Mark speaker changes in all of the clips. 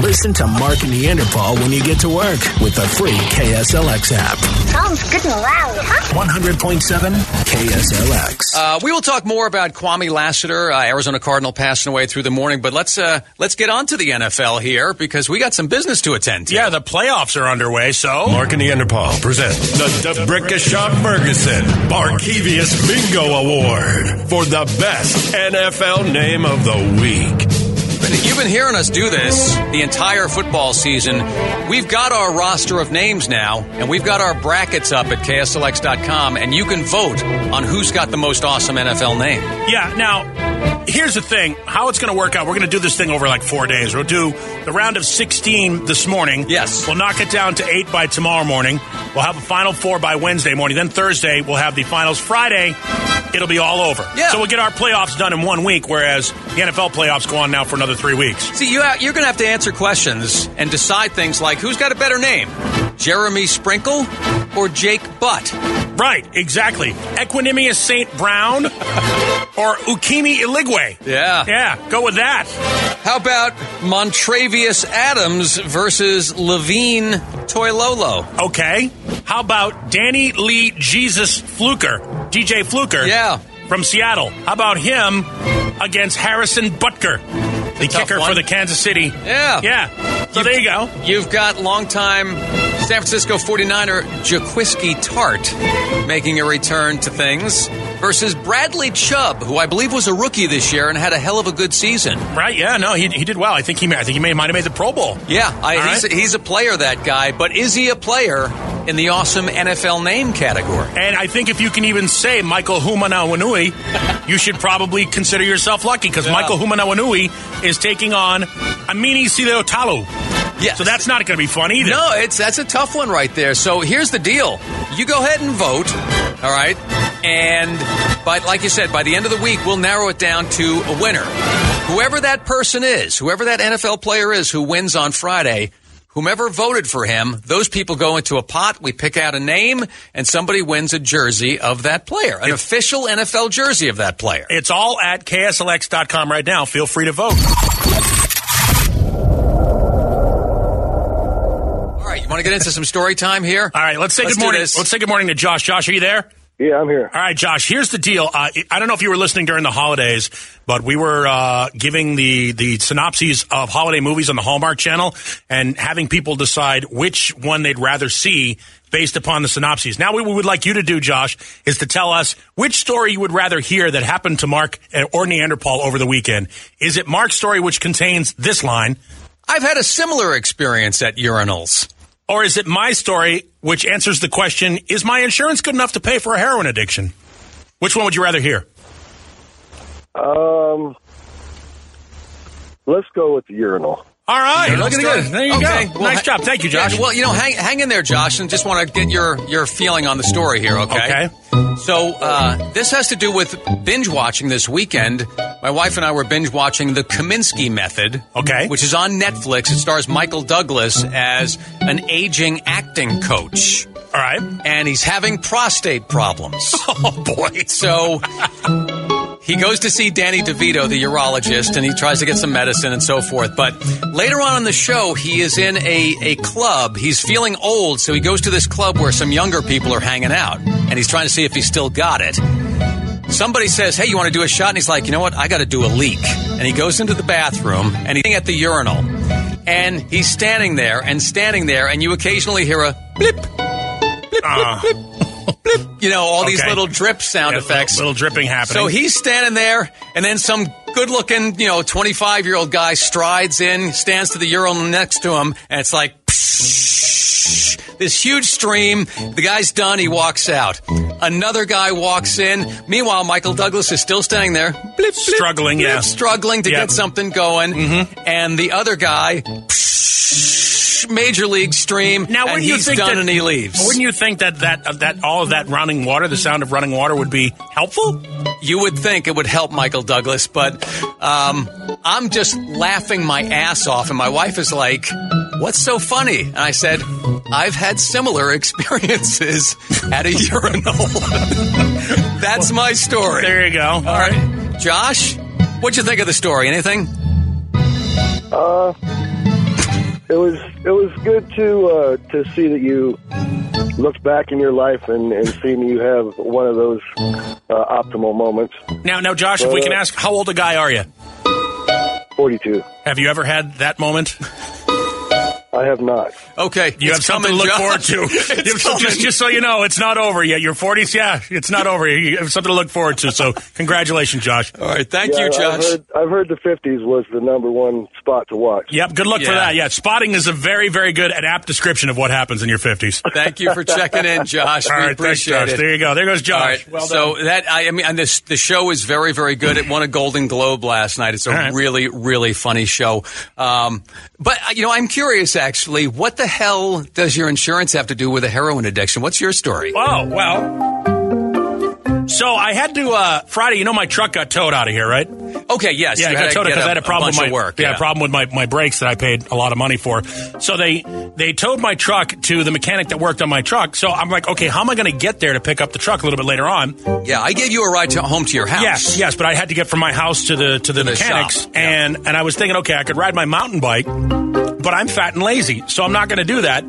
Speaker 1: Listen to Mark Neanderthal when you get to work with the free KSLX app.
Speaker 2: Sounds good and loud, huh?
Speaker 1: 100.7 KSLX.
Speaker 3: Uh, we will talk more about Kwame Lassiter, uh, Arizona Cardinal, passing away through the morning. But let's uh, let's get on to the NFL here because we got some business to attend to.
Speaker 4: Yeah, the playoffs are underway, so.
Speaker 5: Mark and Neanderthal present the Debrickashaw Ferguson Barkevius Bingo Award for the best NFL name of the week.
Speaker 3: You've been hearing us do this the entire football season. We've got our roster of names now, and we've got our brackets up at KSLX.com, and you can vote on who's got the most awesome NFL name.
Speaker 4: Yeah, now, here's the thing how it's going to work out. We're going to do this thing over like four days. We'll do the round of 16 this morning.
Speaker 3: Yes.
Speaker 4: We'll knock it down to eight by tomorrow morning. We'll have a final four by Wednesday morning. Then Thursday, we'll have the finals. Friday, it'll be all over.
Speaker 3: Yeah.
Speaker 4: So we'll get our playoffs done in one week, whereas the NFL playoffs go on now for another three weeks.
Speaker 3: See, you ha- you're going to have to answer questions and decide things like who's got a better name, Jeremy Sprinkle or Jake Butt?
Speaker 4: Right, exactly. Equinemius St. Brown or Ukimi Iligwe.
Speaker 3: Yeah.
Speaker 4: Yeah, go with that.
Speaker 3: How about Montravius Adams versus Levine Toilolo?
Speaker 4: Okay. How about Danny Lee Jesus Fluker, DJ Fluker?
Speaker 3: Yeah.
Speaker 4: From Seattle. How about him against Harrison Butker, the
Speaker 3: tough
Speaker 4: kicker
Speaker 3: one.
Speaker 4: for the Kansas City?
Speaker 3: Yeah.
Speaker 4: Yeah. So there you go.
Speaker 3: You've got longtime San Francisco 49er Jaquiski Tart making a return to things versus Bradley Chubb, who I believe was a rookie this year and had a hell of a good season.
Speaker 4: Right? Yeah. No, he, he did well. I think he ma- I think he may might have made the Pro Bowl.
Speaker 3: Yeah, I,
Speaker 4: All
Speaker 3: he's,
Speaker 4: right.
Speaker 3: he's a player, that guy, but is he a player in the awesome NFL name category?
Speaker 4: And I think if you can even say Michael Humanawanui, you should probably consider yourself lucky because Michael Humanawanui is taking on Amini Sileotalu.
Speaker 3: Yes.
Speaker 4: So that's not going to be fun either.
Speaker 3: No, it's that's a tough one right there. So here's the deal: you go ahead and vote, all right, and but like you said, by the end of the week, we'll narrow it down to a winner. Whoever that person is, whoever that NFL player is who wins on Friday. Whomever voted for him, those people go into a pot. We pick out a name, and somebody wins a jersey of that player, an official NFL jersey of that player.
Speaker 4: It's all at KSLX.com right now. Feel free to vote.
Speaker 3: All right, you want to get into some story time here?
Speaker 4: All right, let's say
Speaker 3: Let's
Speaker 4: good
Speaker 3: do
Speaker 4: morning.
Speaker 3: this.
Speaker 4: Let's say good morning to Josh. Josh, are you there?
Speaker 6: Yeah, I'm here.
Speaker 4: All right, Josh. Here's the deal. Uh, I don't know if you were listening during the holidays, but we were uh, giving the the synopses of holiday movies on the Hallmark Channel and having people decide which one they'd rather see based upon the synopses. Now, what we would like you to do, Josh, is to tell us which story you would rather hear that happened to Mark or Neanderthal over the weekend. Is it Mark's story, which contains this line,
Speaker 3: I've had a similar experience at urinals.
Speaker 4: or is it my story, which answers the question, is my insurance good enough to pay for a heroin addiction? Which one would you rather hear?
Speaker 6: Um, let's go with the urinal.
Speaker 4: All right.
Speaker 3: Hey,
Speaker 4: Look at
Speaker 3: let's
Speaker 4: it.
Speaker 3: do
Speaker 4: There you
Speaker 3: it. Okay.
Speaker 4: go.
Speaker 3: Well,
Speaker 4: nice
Speaker 3: ha-
Speaker 4: job. Thank you, Josh.
Speaker 3: Yeah, well, you know, hang, hang in there, Josh, and just want to get your, your feeling on the story here, okay? So, uh, this has to do with binge watching this weekend. My wife and I were binge watching The Kaminsky Method.
Speaker 4: Okay.
Speaker 3: Which is on Netflix. It stars Michael Douglas as an aging acting coach,
Speaker 4: All right.
Speaker 3: and he's having prostate problems.
Speaker 4: Oh, boy.
Speaker 3: So he goes to see Danny DeVito, the urologist, and he tries to get some medicine and so forth. But later on in the show, he is in a, a club. He's feeling old, so he goes to this club where some younger people are hanging out, and he's trying to see if he's still got it. Somebody says, Hey, you want to do a shot? And he's like, You know what? I got to do a leak. And he goes into the bathroom and he's at the urinal. And he's standing there and standing there, and you occasionally hear a blip,
Speaker 4: Uh,
Speaker 3: you know, all these
Speaker 4: Okay.
Speaker 3: little drip sound
Speaker 4: yeah,
Speaker 3: effects.
Speaker 4: Little, little dripping happening.
Speaker 3: So he's standing there, and then some good looking, you know, 25 year old guy strides in, stands to the urinal next to him, and it's like psh, this huge stream. The guy's done, he walks out. Another guy walks in. Meanwhile, Michael Douglas is still standing there, blip, blip,
Speaker 4: Struggling,
Speaker 3: blip,
Speaker 4: yeah.
Speaker 3: struggling to
Speaker 4: Yeah. Mm-hmm.
Speaker 3: get something going. And the other guy, psh, major league stream,
Speaker 4: now,
Speaker 3: and
Speaker 4: wouldn't you
Speaker 3: he's
Speaker 4: think
Speaker 3: done
Speaker 4: that,
Speaker 3: and he leaves.
Speaker 4: Wouldn't you think that that, uh, that all of that running water, the sound of running water, would be helpful?
Speaker 3: you would think it would help Michael Douglas, but um, I'm just laughing my ass off. And my wife is like, What's so funny? And I said, I've had similar experiences at a urinal. That's my story.
Speaker 4: There you go. All
Speaker 3: All right. Josh, what'd you think of the story? Anything?
Speaker 6: Uh, it was it was good to uh, to see that you looked back in your life and, and seen you have one of those uh, optimal moments.
Speaker 4: Now, now, Josh, if we can ask, how old a guy are you?
Speaker 6: Forty-two.
Speaker 4: Have you ever had that moment?
Speaker 6: I have not.
Speaker 3: Okay,
Speaker 4: You
Speaker 3: it's
Speaker 4: have something
Speaker 3: coming,
Speaker 4: to look
Speaker 3: Josh.
Speaker 4: forward to.
Speaker 3: It's
Speaker 4: You have some- just,
Speaker 3: coming.
Speaker 4: just so you know, it's not over yet. You're 40s. Yeah, it's not over. yet. You have something to look forward to. So, congratulations, Josh.
Speaker 3: All right, thank you,
Speaker 6: Yeah,
Speaker 3: Josh.
Speaker 6: I've heard, I've heard the fifties was the number one spot to watch.
Speaker 4: Yep, good luck for
Speaker 3: Yeah.
Speaker 4: that. Yeah, spotting is a very, very good and apt description of what happens in your 50s.
Speaker 3: Thank you for checking in, Josh.
Speaker 4: All
Speaker 3: we
Speaker 4: right, thanks,
Speaker 3: appreciate
Speaker 4: Josh.
Speaker 3: it.
Speaker 4: There you go. There goes
Speaker 3: All
Speaker 4: Josh.
Speaker 3: right. so that I, I mean, and this the show is very, very good. It won a Golden Globe last night. It's a
Speaker 4: All right.
Speaker 3: really, really funny show. Um, but uh, you know, I'm curious actually. What the hell does your insurance have to do with a heroin addiction? What's your story?
Speaker 4: Oh, well. So I had to uh, Friday. You know, my truck got towed out of here, right?
Speaker 3: Okay, yes.
Speaker 4: Yeah,
Speaker 3: you
Speaker 4: I got
Speaker 3: had
Speaker 4: towed
Speaker 3: to get
Speaker 4: because I had a problem
Speaker 3: bunch
Speaker 4: with my
Speaker 3: of work.
Speaker 4: Yeah, problem with my, my brakes that I paid a lot of money for. So they they towed my truck to the mechanic that worked on my truck. So I'm like, okay, how am I going to get there to pick up the truck a little bit later on?
Speaker 3: Yeah, I gave you a ride to home to your house.
Speaker 4: Yes, yes, but I had to get from my house to the to the,
Speaker 3: the
Speaker 4: mechanics,
Speaker 3: shop, yeah.
Speaker 4: and and I was thinking, okay, I could ride my mountain bike, but I'm fat and lazy, so I'm not going to do that.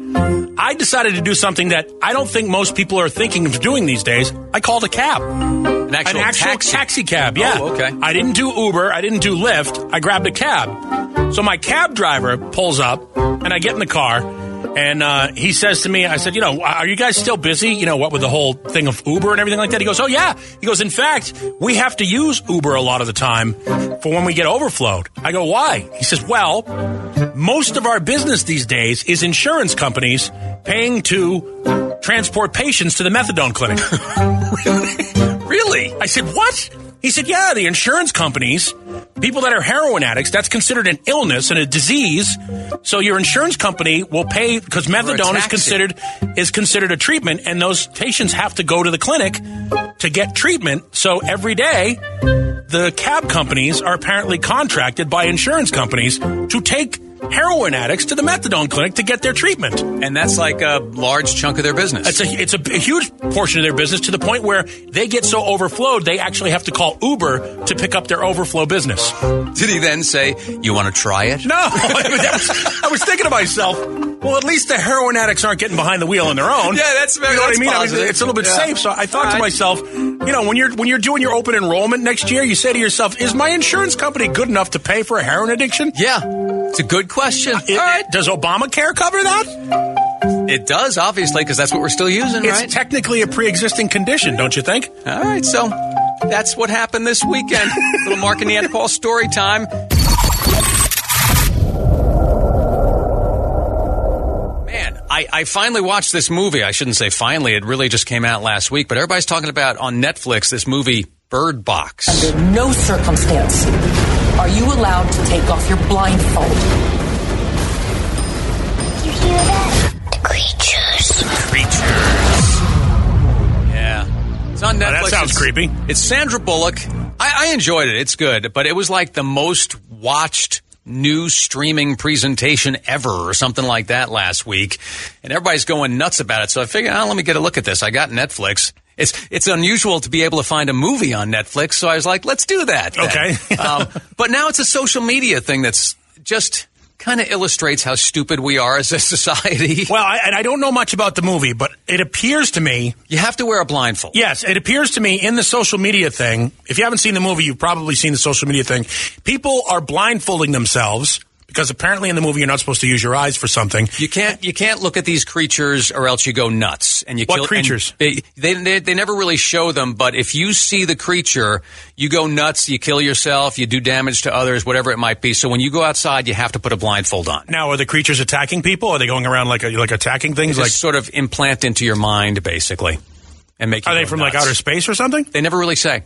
Speaker 4: I decided to do something that I don't think most people are thinking of doing these days. I called a cab,
Speaker 3: an actual,
Speaker 4: an actual taxi,
Speaker 3: taxi.
Speaker 4: cab. Yeah,
Speaker 3: Oh, okay.
Speaker 4: I didn't do Uber, I didn't do Lyft. I grabbed a cab. So my cab driver pulls up, and I get in the car. And uh, he says to me, I said, you know, are you guys still busy? You know, what with the whole thing of Uber and everything like that? He goes, oh, yeah. He goes, in fact, we have to use Uber a lot of the time for when we get overflowed. I go, why? He says, well, most of our business these days is insurance companies paying to transport patients to the methadone clinic. Really? I said, What? He said, Yeah, the insurance companies, people that are heroin addicts, that's considered an illness and a disease. So your insurance company will pay because methadone is
Speaker 3: taxi.
Speaker 4: considered is considered a treatment, and those patients have to go to the clinic to get treatment. So every day the cab companies are apparently contracted by insurance companies to take heroin addicts to the methadone clinic to get their treatment.
Speaker 3: and that's like a large chunk of their business.
Speaker 4: It's a it's a, a huge portion of their business to the point where they get so overflowed they actually have to call Uber to pick up their overflow business.
Speaker 3: Did he then say, "You want to try it?"
Speaker 4: No, I was, I was thinking to myself, well, at least the heroin addicts aren't getting behind the wheel on their own.
Speaker 3: Yeah, that's-
Speaker 4: you know what
Speaker 3: that's
Speaker 4: I mean. I
Speaker 3: positive.
Speaker 4: mean. It's a little bit
Speaker 3: Yeah.
Speaker 4: safe. So I thought
Speaker 3: All
Speaker 4: to
Speaker 3: right.
Speaker 4: myself, you know, when you're when you're doing your open enrollment next year, you say to yourself, is my insurance company good enough to pay for a heroin addiction?
Speaker 3: Yeah, it's a good question.
Speaker 4: It- Does Obamacare cover that?
Speaker 3: It does obviously because that's what we're still using,
Speaker 4: It's
Speaker 3: right?
Speaker 4: technically a pre-existing condition, don't you think?
Speaker 3: All right, so that's what happened this weekend. Little Mark and Ann Paul story time. Man, I, I finally watched this movie. I shouldn't say finally, it really just came out last week, but everybody's talking about on Netflix this movie, Bird Box.
Speaker 7: Under no circumstance are you allowed to take off your blindfold.
Speaker 2: You hear that? The creatures.
Speaker 3: Yeah. It's on Netflix.
Speaker 4: Oh, that sounds
Speaker 3: It's-
Speaker 4: creepy.
Speaker 3: It's Sandra Bullock. I, I enjoyed it. It's good, but it was like the most watched new streaming presentation ever or something like that last week. And everybody's going nuts about it. So I figured, oh, let me get a look at this. I got Netflix. It's, it's unusual to be able to find a movie on Netflix. So I was like, let's do that. then.
Speaker 4: Okay.
Speaker 3: um, but now it's a social media thing that's just kind of illustrates how stupid we are as a society.
Speaker 4: Well, I, and I don't know much about the movie, but it appears to me,
Speaker 3: You have to wear a blindfold.
Speaker 4: yes, it appears to me in the social media thing. If you haven't seen the movie, you've probably seen the social media thing. People are blindfolding themselves because apparently in the movie you're not supposed to use your eyes for something.
Speaker 3: You can't you can't look at these creatures or else you go nuts and you
Speaker 4: What
Speaker 3: kill and
Speaker 4: creatures?
Speaker 3: They, they they they never really show them, but if you see the creature, you go nuts, you kill yourself, you do damage to others, whatever it might be. So when you go outside, you have to put a blindfold on.
Speaker 4: Now, are the creatures attacking people? Are they going around like like attacking things?
Speaker 3: It's
Speaker 4: Like,
Speaker 3: like sort of implant into your mind basically, and make. You
Speaker 4: are they
Speaker 3: go
Speaker 4: from like
Speaker 3: nuts.
Speaker 4: outer space or something?
Speaker 3: They never really say.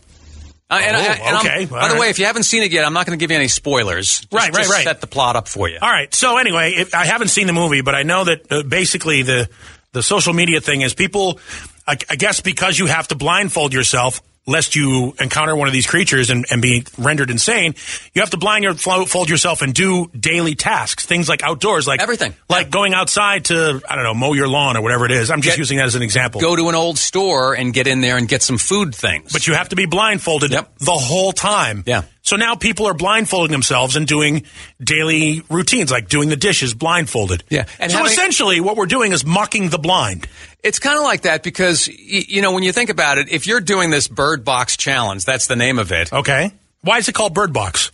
Speaker 3: Uh, and I-
Speaker 4: Oh,
Speaker 3: and I'm-
Speaker 4: okay.
Speaker 3: By
Speaker 4: All
Speaker 3: the way,
Speaker 4: right.
Speaker 3: if you haven't seen it yet, I'm not going to give you any spoilers. Just-
Speaker 4: Right, right,
Speaker 3: just
Speaker 4: right.
Speaker 3: Set the plot up for you.
Speaker 4: All right. So anyway, if, I haven't seen the movie, but I know that uh, basically the the social media thing is people. I, I guess because you have to blindfold yourself lest you encounter one of these creatures and, and be rendered insane, you have to blindfold yourself and do daily tasks, things like outdoors, like
Speaker 3: Everything.
Speaker 4: like going outside to I don't know mow your lawn or whatever it is. I'm just
Speaker 3: Get-
Speaker 4: using that as an example.
Speaker 3: Go to an old store and get in there and get some food things.
Speaker 4: but you have to be blindfolded
Speaker 3: Yep.
Speaker 4: the whole time.
Speaker 3: Yeah.
Speaker 4: So now people are blindfolding themselves and doing daily routines, like doing the dishes blindfolded.
Speaker 3: Yeah, and
Speaker 4: so
Speaker 3: having-
Speaker 4: essentially, what we're doing is mocking the blind.
Speaker 3: It's kind of like that because, y- you know, when you think about it, if you're doing this bird box challenge, that's the name of it,
Speaker 4: Okay. Why is it called Bird Box?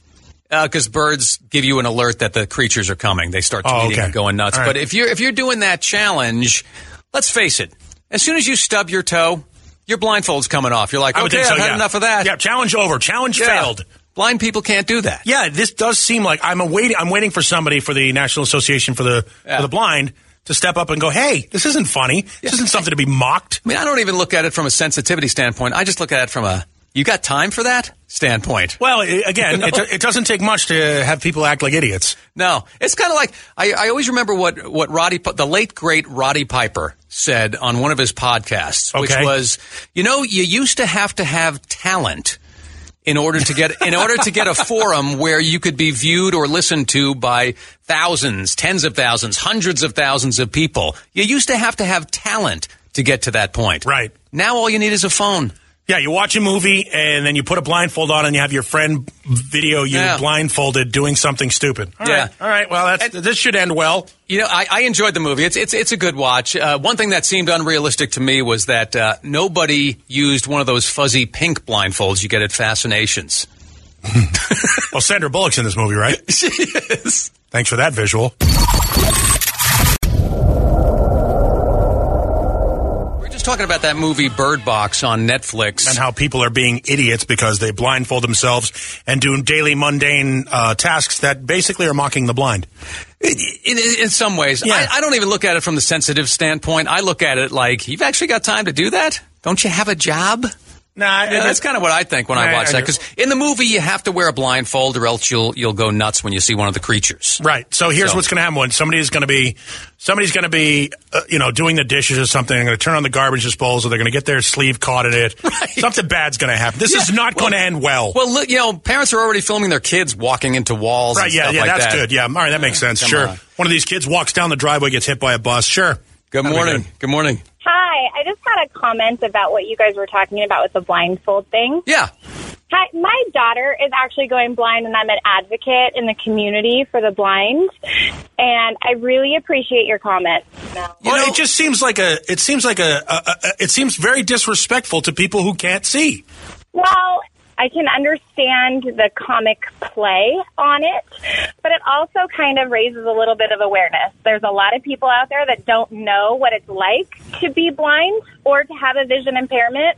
Speaker 3: because birds give you an alert that the creatures are coming. They start
Speaker 4: Oh,
Speaker 3: tweeting
Speaker 4: okay.
Speaker 3: and going nuts.
Speaker 4: All right.
Speaker 3: But if you're if you're doing that challenge, let's face it, as soon as you stub your toe, your blindfold's coming off. You're like,
Speaker 4: would
Speaker 3: okay,
Speaker 4: think
Speaker 3: I've had
Speaker 4: yeah.
Speaker 3: enough of that.
Speaker 4: Yeah, challenge over. Challenge
Speaker 3: Yeah.
Speaker 4: failed.
Speaker 3: Blind people can't do that.
Speaker 4: Yeah, this does seem like I'm waiting. I'm waiting for somebody for the National Association for the
Speaker 3: Yeah.
Speaker 4: for the Blind to step up and go, "Hey, this isn't funny. This isn't something to be mocked."
Speaker 3: I mean, I don't even look at it from a sensitivity standpoint. I just look at it from a you got time for that standpoint.
Speaker 4: Well, i again, it, it doesn't take much to have people act like idiots.
Speaker 3: No, it's kind of like I, I always remember what what Roddy, Pi- the late great Roddy Piper, said on one of his podcasts, which
Speaker 4: Okay.
Speaker 3: was, you know, you used to have to have talent in order to get in order to get a forum where you could be viewed or listened to by thousands, tens of thousands, hundreds of thousands of people. You used to have to have talent to get to that point.
Speaker 4: Right.
Speaker 3: Now all you need is a phone.
Speaker 4: Yeah, you watch a movie and then you put a blindfold on and you have your friend video you
Speaker 3: Yeah.
Speaker 4: blindfolded doing something stupid. All right,
Speaker 3: Yeah.
Speaker 4: all right. Well, that's, this should end well.
Speaker 3: You know, I, I enjoyed the movie. It's it's it's a good watch. Uh, one thing that seemed unrealistic to me was that uh, nobody used one of those fuzzy pink blindfolds you get at Fascinations.
Speaker 4: Well, Sandra Bullock's in this movie, right? she is. Thanks for that visual.
Speaker 3: We We're just talking about that movie Bird Box on Netflix.
Speaker 4: and how people are being idiots because they blindfold themselves and do daily mundane uh, tasks that basically are mocking the blind.
Speaker 3: in, in, in some ways,
Speaker 4: Yeah.
Speaker 3: I, I don't even look at it from the sensitive standpoint. I look at it like you've actually got time to do that. Don't you have a job?
Speaker 4: Nah,
Speaker 3: Yeah, that's kind of what I think when I,
Speaker 4: I-
Speaker 3: watch
Speaker 4: I
Speaker 3: that.
Speaker 4: do.
Speaker 3: Because in the movie, you have to wear a blindfold, or else you'll you'll go nuts when you see one of the creatures.
Speaker 4: Right. So here's
Speaker 3: So-
Speaker 4: what's going to happen: when somebody's going to be, somebody's going to be, uh, you know, doing the dishes or something. They're going to turn on the garbage disposal. They're going to get their sleeve caught in it. Something bad's going to happen. This is
Speaker 3: Yeah.
Speaker 4: not going to end well.
Speaker 3: Well, look, you know, parents are already filming their kids walking into walls.
Speaker 4: right?
Speaker 3: and
Speaker 4: Yeah.
Speaker 3: stuff
Speaker 4: Yeah.
Speaker 3: like
Speaker 4: that's
Speaker 3: that.
Speaker 4: good. Yeah. All right. That makes sense.
Speaker 3: Come
Speaker 4: Sure.
Speaker 3: on.
Speaker 4: One of these kids walks down the driveway, gets hit by a bus. Sure.
Speaker 3: Good
Speaker 4: That'd be
Speaker 3: morning. Good. morning.
Speaker 8: Hi, I just had a comment about what you guys were talking about with the blindfold thing.
Speaker 3: Yeah.
Speaker 8: Hi, my daughter is actually going blind, and I'm an advocate in the community for the blind. And I really appreciate your comment.
Speaker 4: Well,
Speaker 3: know-
Speaker 4: it just seems like a. It seems like a, a, a. It seems very disrespectful to people who can't see.
Speaker 8: Well, I can understand the comic play on it, but it also kind of raises a little bit of awareness. There's a lot of people out there that don't know what it's like to be blind or to have a vision impairment.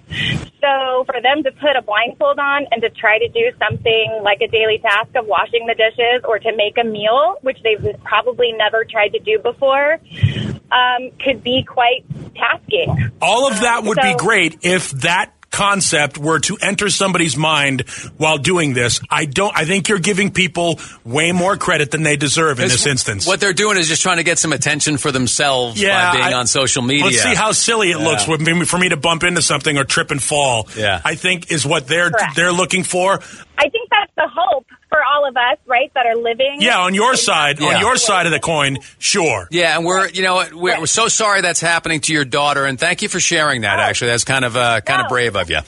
Speaker 8: So for them to put a blindfold on and to try to do something like a daily task of washing the dishes or to make a meal, which they've probably never tried to do before, um, could be quite tasking.
Speaker 4: All of that would be
Speaker 8: So-
Speaker 4: great if that concept were to enter somebody's mind while doing this. I don't. I think you're giving people way more credit than they deserve in this instance.
Speaker 3: What they're doing is just trying to get some attention for themselves by being
Speaker 4: I-
Speaker 3: on social media.
Speaker 4: Let's see how silly it
Speaker 3: Yeah.
Speaker 4: looks when- for me to bump into something or trip and fall.
Speaker 3: Yeah.
Speaker 4: I think is what they're
Speaker 8: Correct.
Speaker 4: they're looking for.
Speaker 8: I think that's the hope for all of us, right? That are living.
Speaker 4: Yeah, on your side,
Speaker 3: Yeah.
Speaker 4: on your side of the coin, sure.
Speaker 3: Yeah, and we're you know what, we're, we're so sorry that's happening to your daughter, and thank you for sharing
Speaker 4: Oh.
Speaker 3: that. Actually, that's kind of uh, kind of
Speaker 8: No.
Speaker 3: brave of you.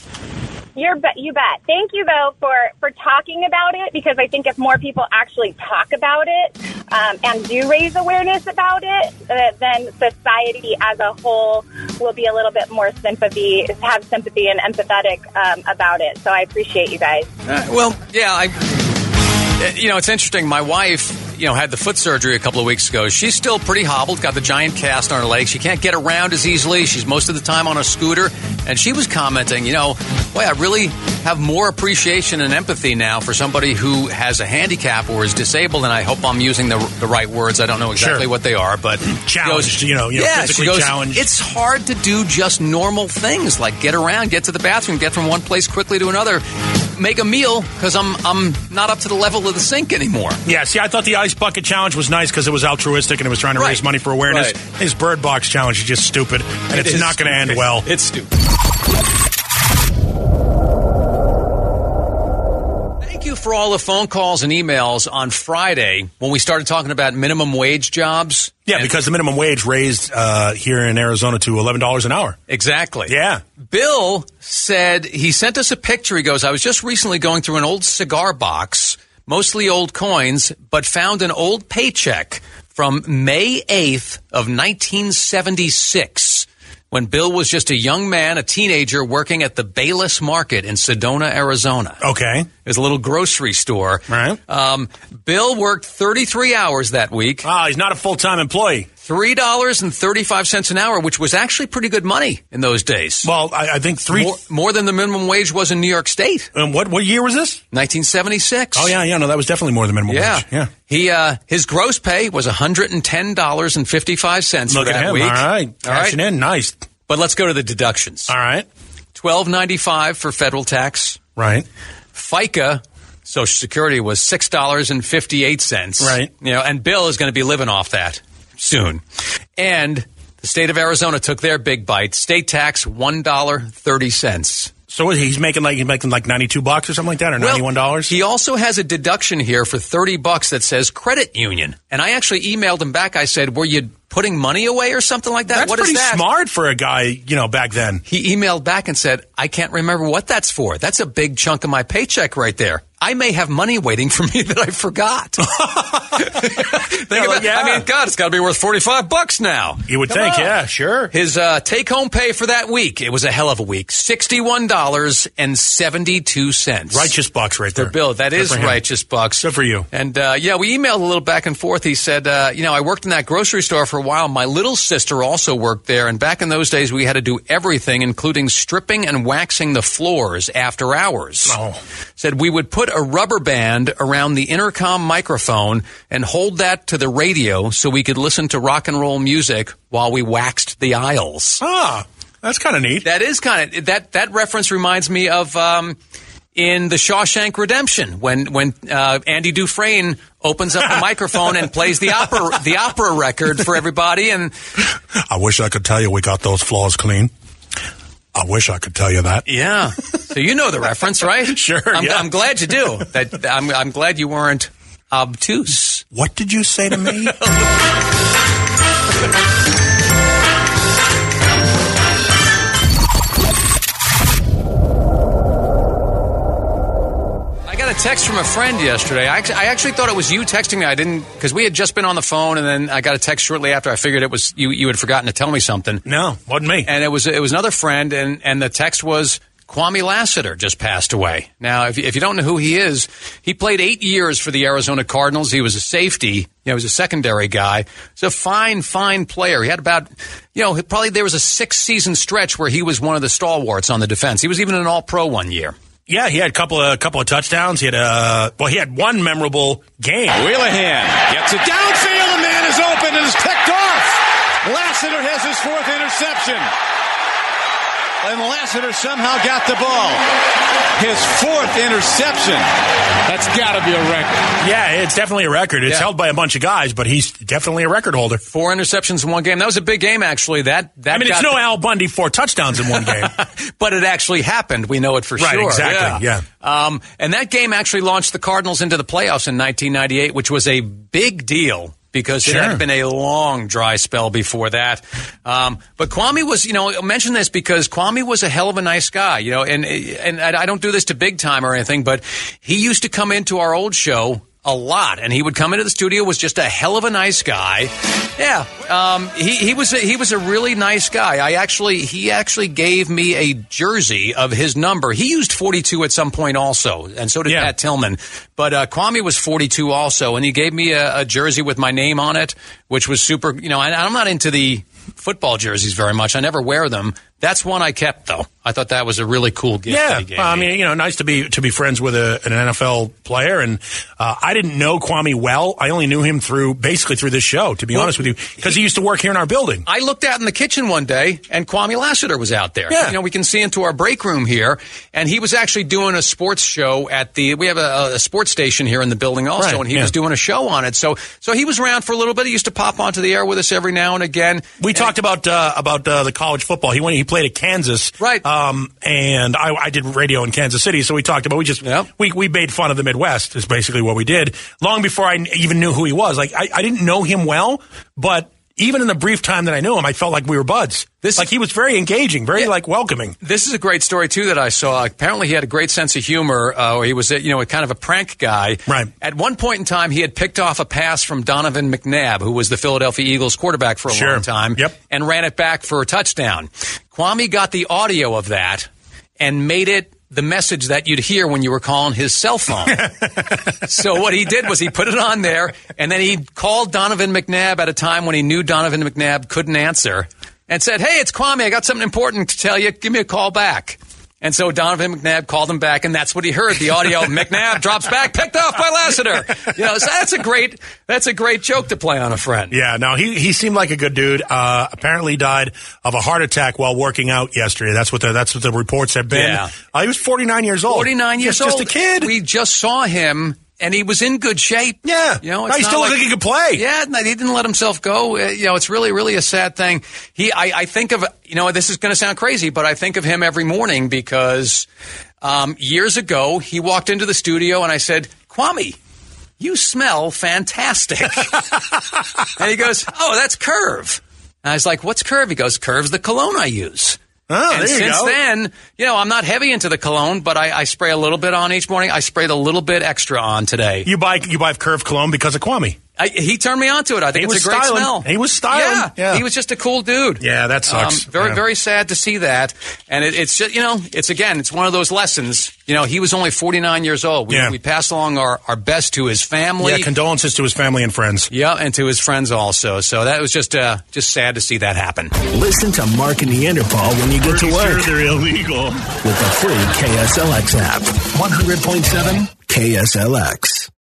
Speaker 8: You're bet. You bet. Thank you though for for talking about it because I think if more people actually talk about it um, and do raise awareness about it, uh, then society as a whole will be a little bit more sympathy, have sympathy and empathetic um, about it. So I appreciate you guys.
Speaker 3: Uh, well, yeah, I. uh, You know, it's interesting. My wife, you know, had the foot surgery a couple of weeks ago. She's still pretty hobbled, got the giant cast on her leg. She can't get around as easily. She's most of the time on a scooter. And she was commenting, you know, boy, I really have more appreciation and empathy now for somebody who has a handicap or is disabled. And I hope I'm using the, the right words. I don't know exactly
Speaker 4: Sure.
Speaker 3: what they are, but
Speaker 4: Challenged,
Speaker 3: she goes-
Speaker 4: you know, you know,
Speaker 3: yeah, she
Speaker 4: physically
Speaker 3: goes,
Speaker 4: challenged.
Speaker 3: It's hard to do just normal things like get around, get to the bathroom, get from one place quickly to another, make a meal because I'm I'm not up to the level of the sink anymore.
Speaker 4: Yeah, see, I thought the ice bucket challenge was nice because it was altruistic and it was trying to
Speaker 3: Right.
Speaker 4: raise money for awareness.
Speaker 3: Right.
Speaker 4: His bird box challenge is just stupid, and it's
Speaker 3: is
Speaker 4: not going to end well.
Speaker 3: It's stupid. Thank you for all the phone calls and emails on Friday when we started talking about minimum wage jobs.
Speaker 4: Yeah,
Speaker 3: And-
Speaker 4: because the minimum wage raised uh, here in Arizona to eleven dollars an hour.
Speaker 3: Exactly.
Speaker 4: Yeah.
Speaker 3: Bill said he sent us a picture. He goes, I was just recently going through an old cigar box, mostly old coins, but found an old paycheck from May 8th of 1976 when Bill was just a young man, a teenager working at the Bayless Market in Sedona, Arizona.
Speaker 4: Okay.
Speaker 3: It was a little grocery store.
Speaker 4: Oh. Right.
Speaker 3: Um, Bill worked 33 hours that week,
Speaker 4: Ah, he's not a full time employee.
Speaker 3: $3.35 an hour, which was actually pretty good money in those days.
Speaker 4: Well, I, I think three.
Speaker 3: More, more than the minimum wage was in New York State,
Speaker 4: um, what what year was this?
Speaker 3: 1976.
Speaker 4: Oh yeah, yeah. No, that was definitely more than minimum
Speaker 3: yeah,
Speaker 4: wage. Yeah.
Speaker 3: He uh, his gross pay was 110 dollars and 55 cents for
Speaker 4: Look
Speaker 3: that
Speaker 4: at him.
Speaker 3: week.
Speaker 4: All right.
Speaker 3: all right.
Speaker 4: Cashing in. Nice.
Speaker 3: But let's go to the deductions.
Speaker 4: All right.
Speaker 3: 12.95 for federal tax,
Speaker 4: Right.
Speaker 3: FICA. Social Security was six dollars and fifty eight cents.
Speaker 4: Right.
Speaker 3: you know, and Bill is going to be living off that soon. And the state of Arizona took their big bite. State tax one dollar thirty cents.
Speaker 4: So he's making like he's making like ninety two bucks or something like that, or
Speaker 3: Well,
Speaker 4: ninety one dollars.
Speaker 3: He also has a deduction here for 30 bucks that says credit union. And I actually emailed him back. I said, "Were you putting money away or something like that?
Speaker 4: That's
Speaker 3: What is
Speaker 4: pretty
Speaker 3: that?"
Speaker 4: smart for a guy, you know, back then.
Speaker 3: He emailed back and said, "I can't remember what that's for. That's a big chunk of my paycheck right there. I may have money waiting for me that I forgot." Think about,
Speaker 4: yeah.
Speaker 3: I mean, God, it's got to be worth 45 bucks now.
Speaker 4: You would
Speaker 3: Come
Speaker 4: think,
Speaker 3: on.
Speaker 4: yeah, sure.
Speaker 3: His uh, take home pay for that week, it was a hell of a week $61.72.
Speaker 4: Righteous bucks right there.
Speaker 3: Bill, that
Speaker 4: Good
Speaker 3: is
Speaker 4: for him.
Speaker 3: righteous bucks.
Speaker 4: Good for you.
Speaker 3: And uh, yeah, we emailed a little back and forth. He said, uh, you know, I worked in that grocery store for a while. My little sister also worked there, and back in those days, we had to do everything, including stripping and waxing the floors after hours.
Speaker 4: Oh.
Speaker 3: Said we would put a rubber band around the intercom microphone and hold that to the radio so we could listen to rock and roll music while we waxed the aisles.
Speaker 4: Ah, that's kind of neat.
Speaker 3: That is kind of that. That reference reminds me of um, in The Shawshank Redemption when when uh, Andy Dufresne opens up the microphone and plays the opera the opera record for everybody, and
Speaker 4: I wish I could tell you we got those flaws clean. I wish I could tell you that.
Speaker 3: yeah. So you know the reference, right?
Speaker 4: Sure,
Speaker 3: I'm,
Speaker 4: yeah.
Speaker 3: I'm glad you do. That I'm I'm glad you weren't obtuse.
Speaker 4: What did you say to me?
Speaker 3: I got a text from a friend yesterday. I actually, I actually thought it was you texting me. I didn't because we had just been on the phone, and then I got a text shortly after. I figured it was you. You had forgotten to tell me something.
Speaker 4: no, wasn't me.
Speaker 3: and it was it was another friend, and and the text was Kwame Lassiter just passed away. Now, if, if you don't know who he is, he played eight years for the Arizona Cardinals. He was a safety. You know, he was a secondary guy. He's a fine, fine player. He had about, you know, probably there was a six season stretch where he was one of the stalwarts on the defense. He was even an All Pro one year.
Speaker 4: Yeah, he had a couple of couple of touchdowns. He had a well, he had one memorable game.
Speaker 9: Wheelahan gets it downfield. The man is open and is picked off. Lassiter has his fourth interception. And Lassiter somehow got the ball. His fourth interception. That's got to be a record.
Speaker 4: Yeah, it's definitely a record. It's
Speaker 3: Yeah.
Speaker 4: held by a bunch of guys, but he's definitely a record holder.
Speaker 3: Four interceptions in one game. That was a big game, actually. That that
Speaker 4: I mean, it's
Speaker 3: got-
Speaker 4: no Al Bundy four touchdowns in one game.
Speaker 3: but it actually happened. We know it for
Speaker 4: Right,
Speaker 3: sure.
Speaker 4: exactly,
Speaker 3: Um, and that game actually launched the Cardinals into the playoffs in 1998, which was a big deal because it
Speaker 4: Sure.
Speaker 3: had been a long dry spell before that. Um, but Kwame was, you know, I mention this because Kwame was a hell of a nice guy, you know, and and I I don't do this to big time or anything, but he used to come into our old show. A lot, and he would come into the studio was just a hell of a nice guy. Yeah, um, he he was a, he was a really nice guy. I actually he actually gave me a jersey of his number. He used forty two at some point also, and so did
Speaker 4: Yeah.
Speaker 3: Pat Tillman. But uh, Kwame was 42 also, and he gave me a, a jersey with my name on it, which was super. You know, and I'm not into the football jerseys very much. I never wear them. That's one I kept though. I thought that was a really cool gift. that
Speaker 4: yeah,
Speaker 3: he gave
Speaker 4: well, I
Speaker 3: me.
Speaker 4: mean, you know, nice to be to be friends with a, an NFL player. And uh, I didn't know Kwame well. I only knew him through basically through this show, to be honest with you, because he used to work here in our building.
Speaker 3: I looked out in the kitchen one day, and Kwame Lassiter was out there.
Speaker 4: Yeah.
Speaker 3: You know, we can see into our break room here, and he was actually doing a sports show at the. We have a, a sports station here in the building also,
Speaker 4: Right,
Speaker 3: and he
Speaker 4: yeah.
Speaker 3: was doing a show on it. So, so he was around for a little bit. He used to pop onto the air with us every now and again.
Speaker 4: We
Speaker 3: And
Speaker 4: talked about uh, about uh, the college football. He went. He played at Kansas,
Speaker 3: Right.
Speaker 4: Um, and I, I did radio in Kansas City, so we talked about. We just
Speaker 3: Yep.
Speaker 4: we we made fun of the Midwest. Is basically what we did. Long before I kn- even knew who he was, like I, I didn't know him well, but even in the brief time that I knew him, I felt like we were buds.
Speaker 3: This-
Speaker 4: like he was very engaging, very like welcoming.
Speaker 3: This is a great story too that I saw. Apparently, he had a great sense of humor. Uh, or he was, a, you know, a kind of a prank guy.
Speaker 4: Right.
Speaker 3: At one point in time, he had picked off a pass from Donovan McNabb, who was the Philadelphia Eagles quarterback for a
Speaker 4: Sure.
Speaker 3: long time.
Speaker 4: Yep.
Speaker 3: And ran it back for a touchdown. Kwame got the audio of that and made it. The message that you'd hear when you were calling his cell phone. so what he did was he put it on there, and then he called Donovan McNabb at a time when he knew Donovan McNabb couldn't answer, and said, "Hey, it's Kwame. I got something important to tell you. Give me a call back." And so Donovan McNabb called him back, and that's what he heard. The audio: McNabb drops back, picked off by Lassiter. You know, so that's a great that's a great joke to play on a friend.
Speaker 4: Yeah, no, he, he seemed like a good dude. Uh, apparently died of a heart attack while working out yesterday. That's what the, that's what the reports have been.
Speaker 3: Yeah.
Speaker 4: Uh, he was 49 years old.
Speaker 3: 49 years
Speaker 4: just,
Speaker 3: old.
Speaker 4: Just a kid.
Speaker 3: We just saw him, and he was in good shape.
Speaker 4: Yeah.
Speaker 3: You know,
Speaker 4: No,
Speaker 3: it's
Speaker 4: he
Speaker 3: not
Speaker 4: still looked like he could play.
Speaker 3: Yeah, no, he didn't let himself go. Uh, you know, it's really, really a sad thing. He, I, I think of, you know, this is going to sound crazy, but I think of him every morning because um, years ago he walked into the studio and I said, Kwame, you smell fantastic. and he goes, Oh, that's Curve. And I was like, What's Curve? He goes, Curve's the cologne I use.
Speaker 4: Oh,
Speaker 3: and
Speaker 4: there you
Speaker 3: since
Speaker 4: go.
Speaker 3: then, you know, I'm not heavy into the cologne, but I, I spray a little bit on each morning. I sprayed a little bit extra on today.
Speaker 4: You buy, you buy Curve Cologne because of Kwame.
Speaker 3: I, he turned me onto it. I think
Speaker 4: He
Speaker 3: it's
Speaker 4: was
Speaker 3: a great
Speaker 4: styling.
Speaker 3: smell.
Speaker 4: He was styling.
Speaker 3: Yeah.
Speaker 4: Yeah.
Speaker 3: he was just a cool dude. Um,
Speaker 4: Yeah, that sucks.
Speaker 3: very,
Speaker 4: Yeah.
Speaker 3: very sad to see that. And it, it's just you know, it's again, it's one of those lessons. You know, he was only 49 years old. We,
Speaker 4: Yeah.
Speaker 3: we pass along our, our best to his family.
Speaker 4: Yeah, condolences to his family and friends.
Speaker 3: yeah, and to his friends also. So that was just uh, just sad to see that happen.
Speaker 1: Listen to Mark and Neanderthal when you get to work
Speaker 5: they're illegal.
Speaker 1: with the free KSLX app. 100.7 KSLX.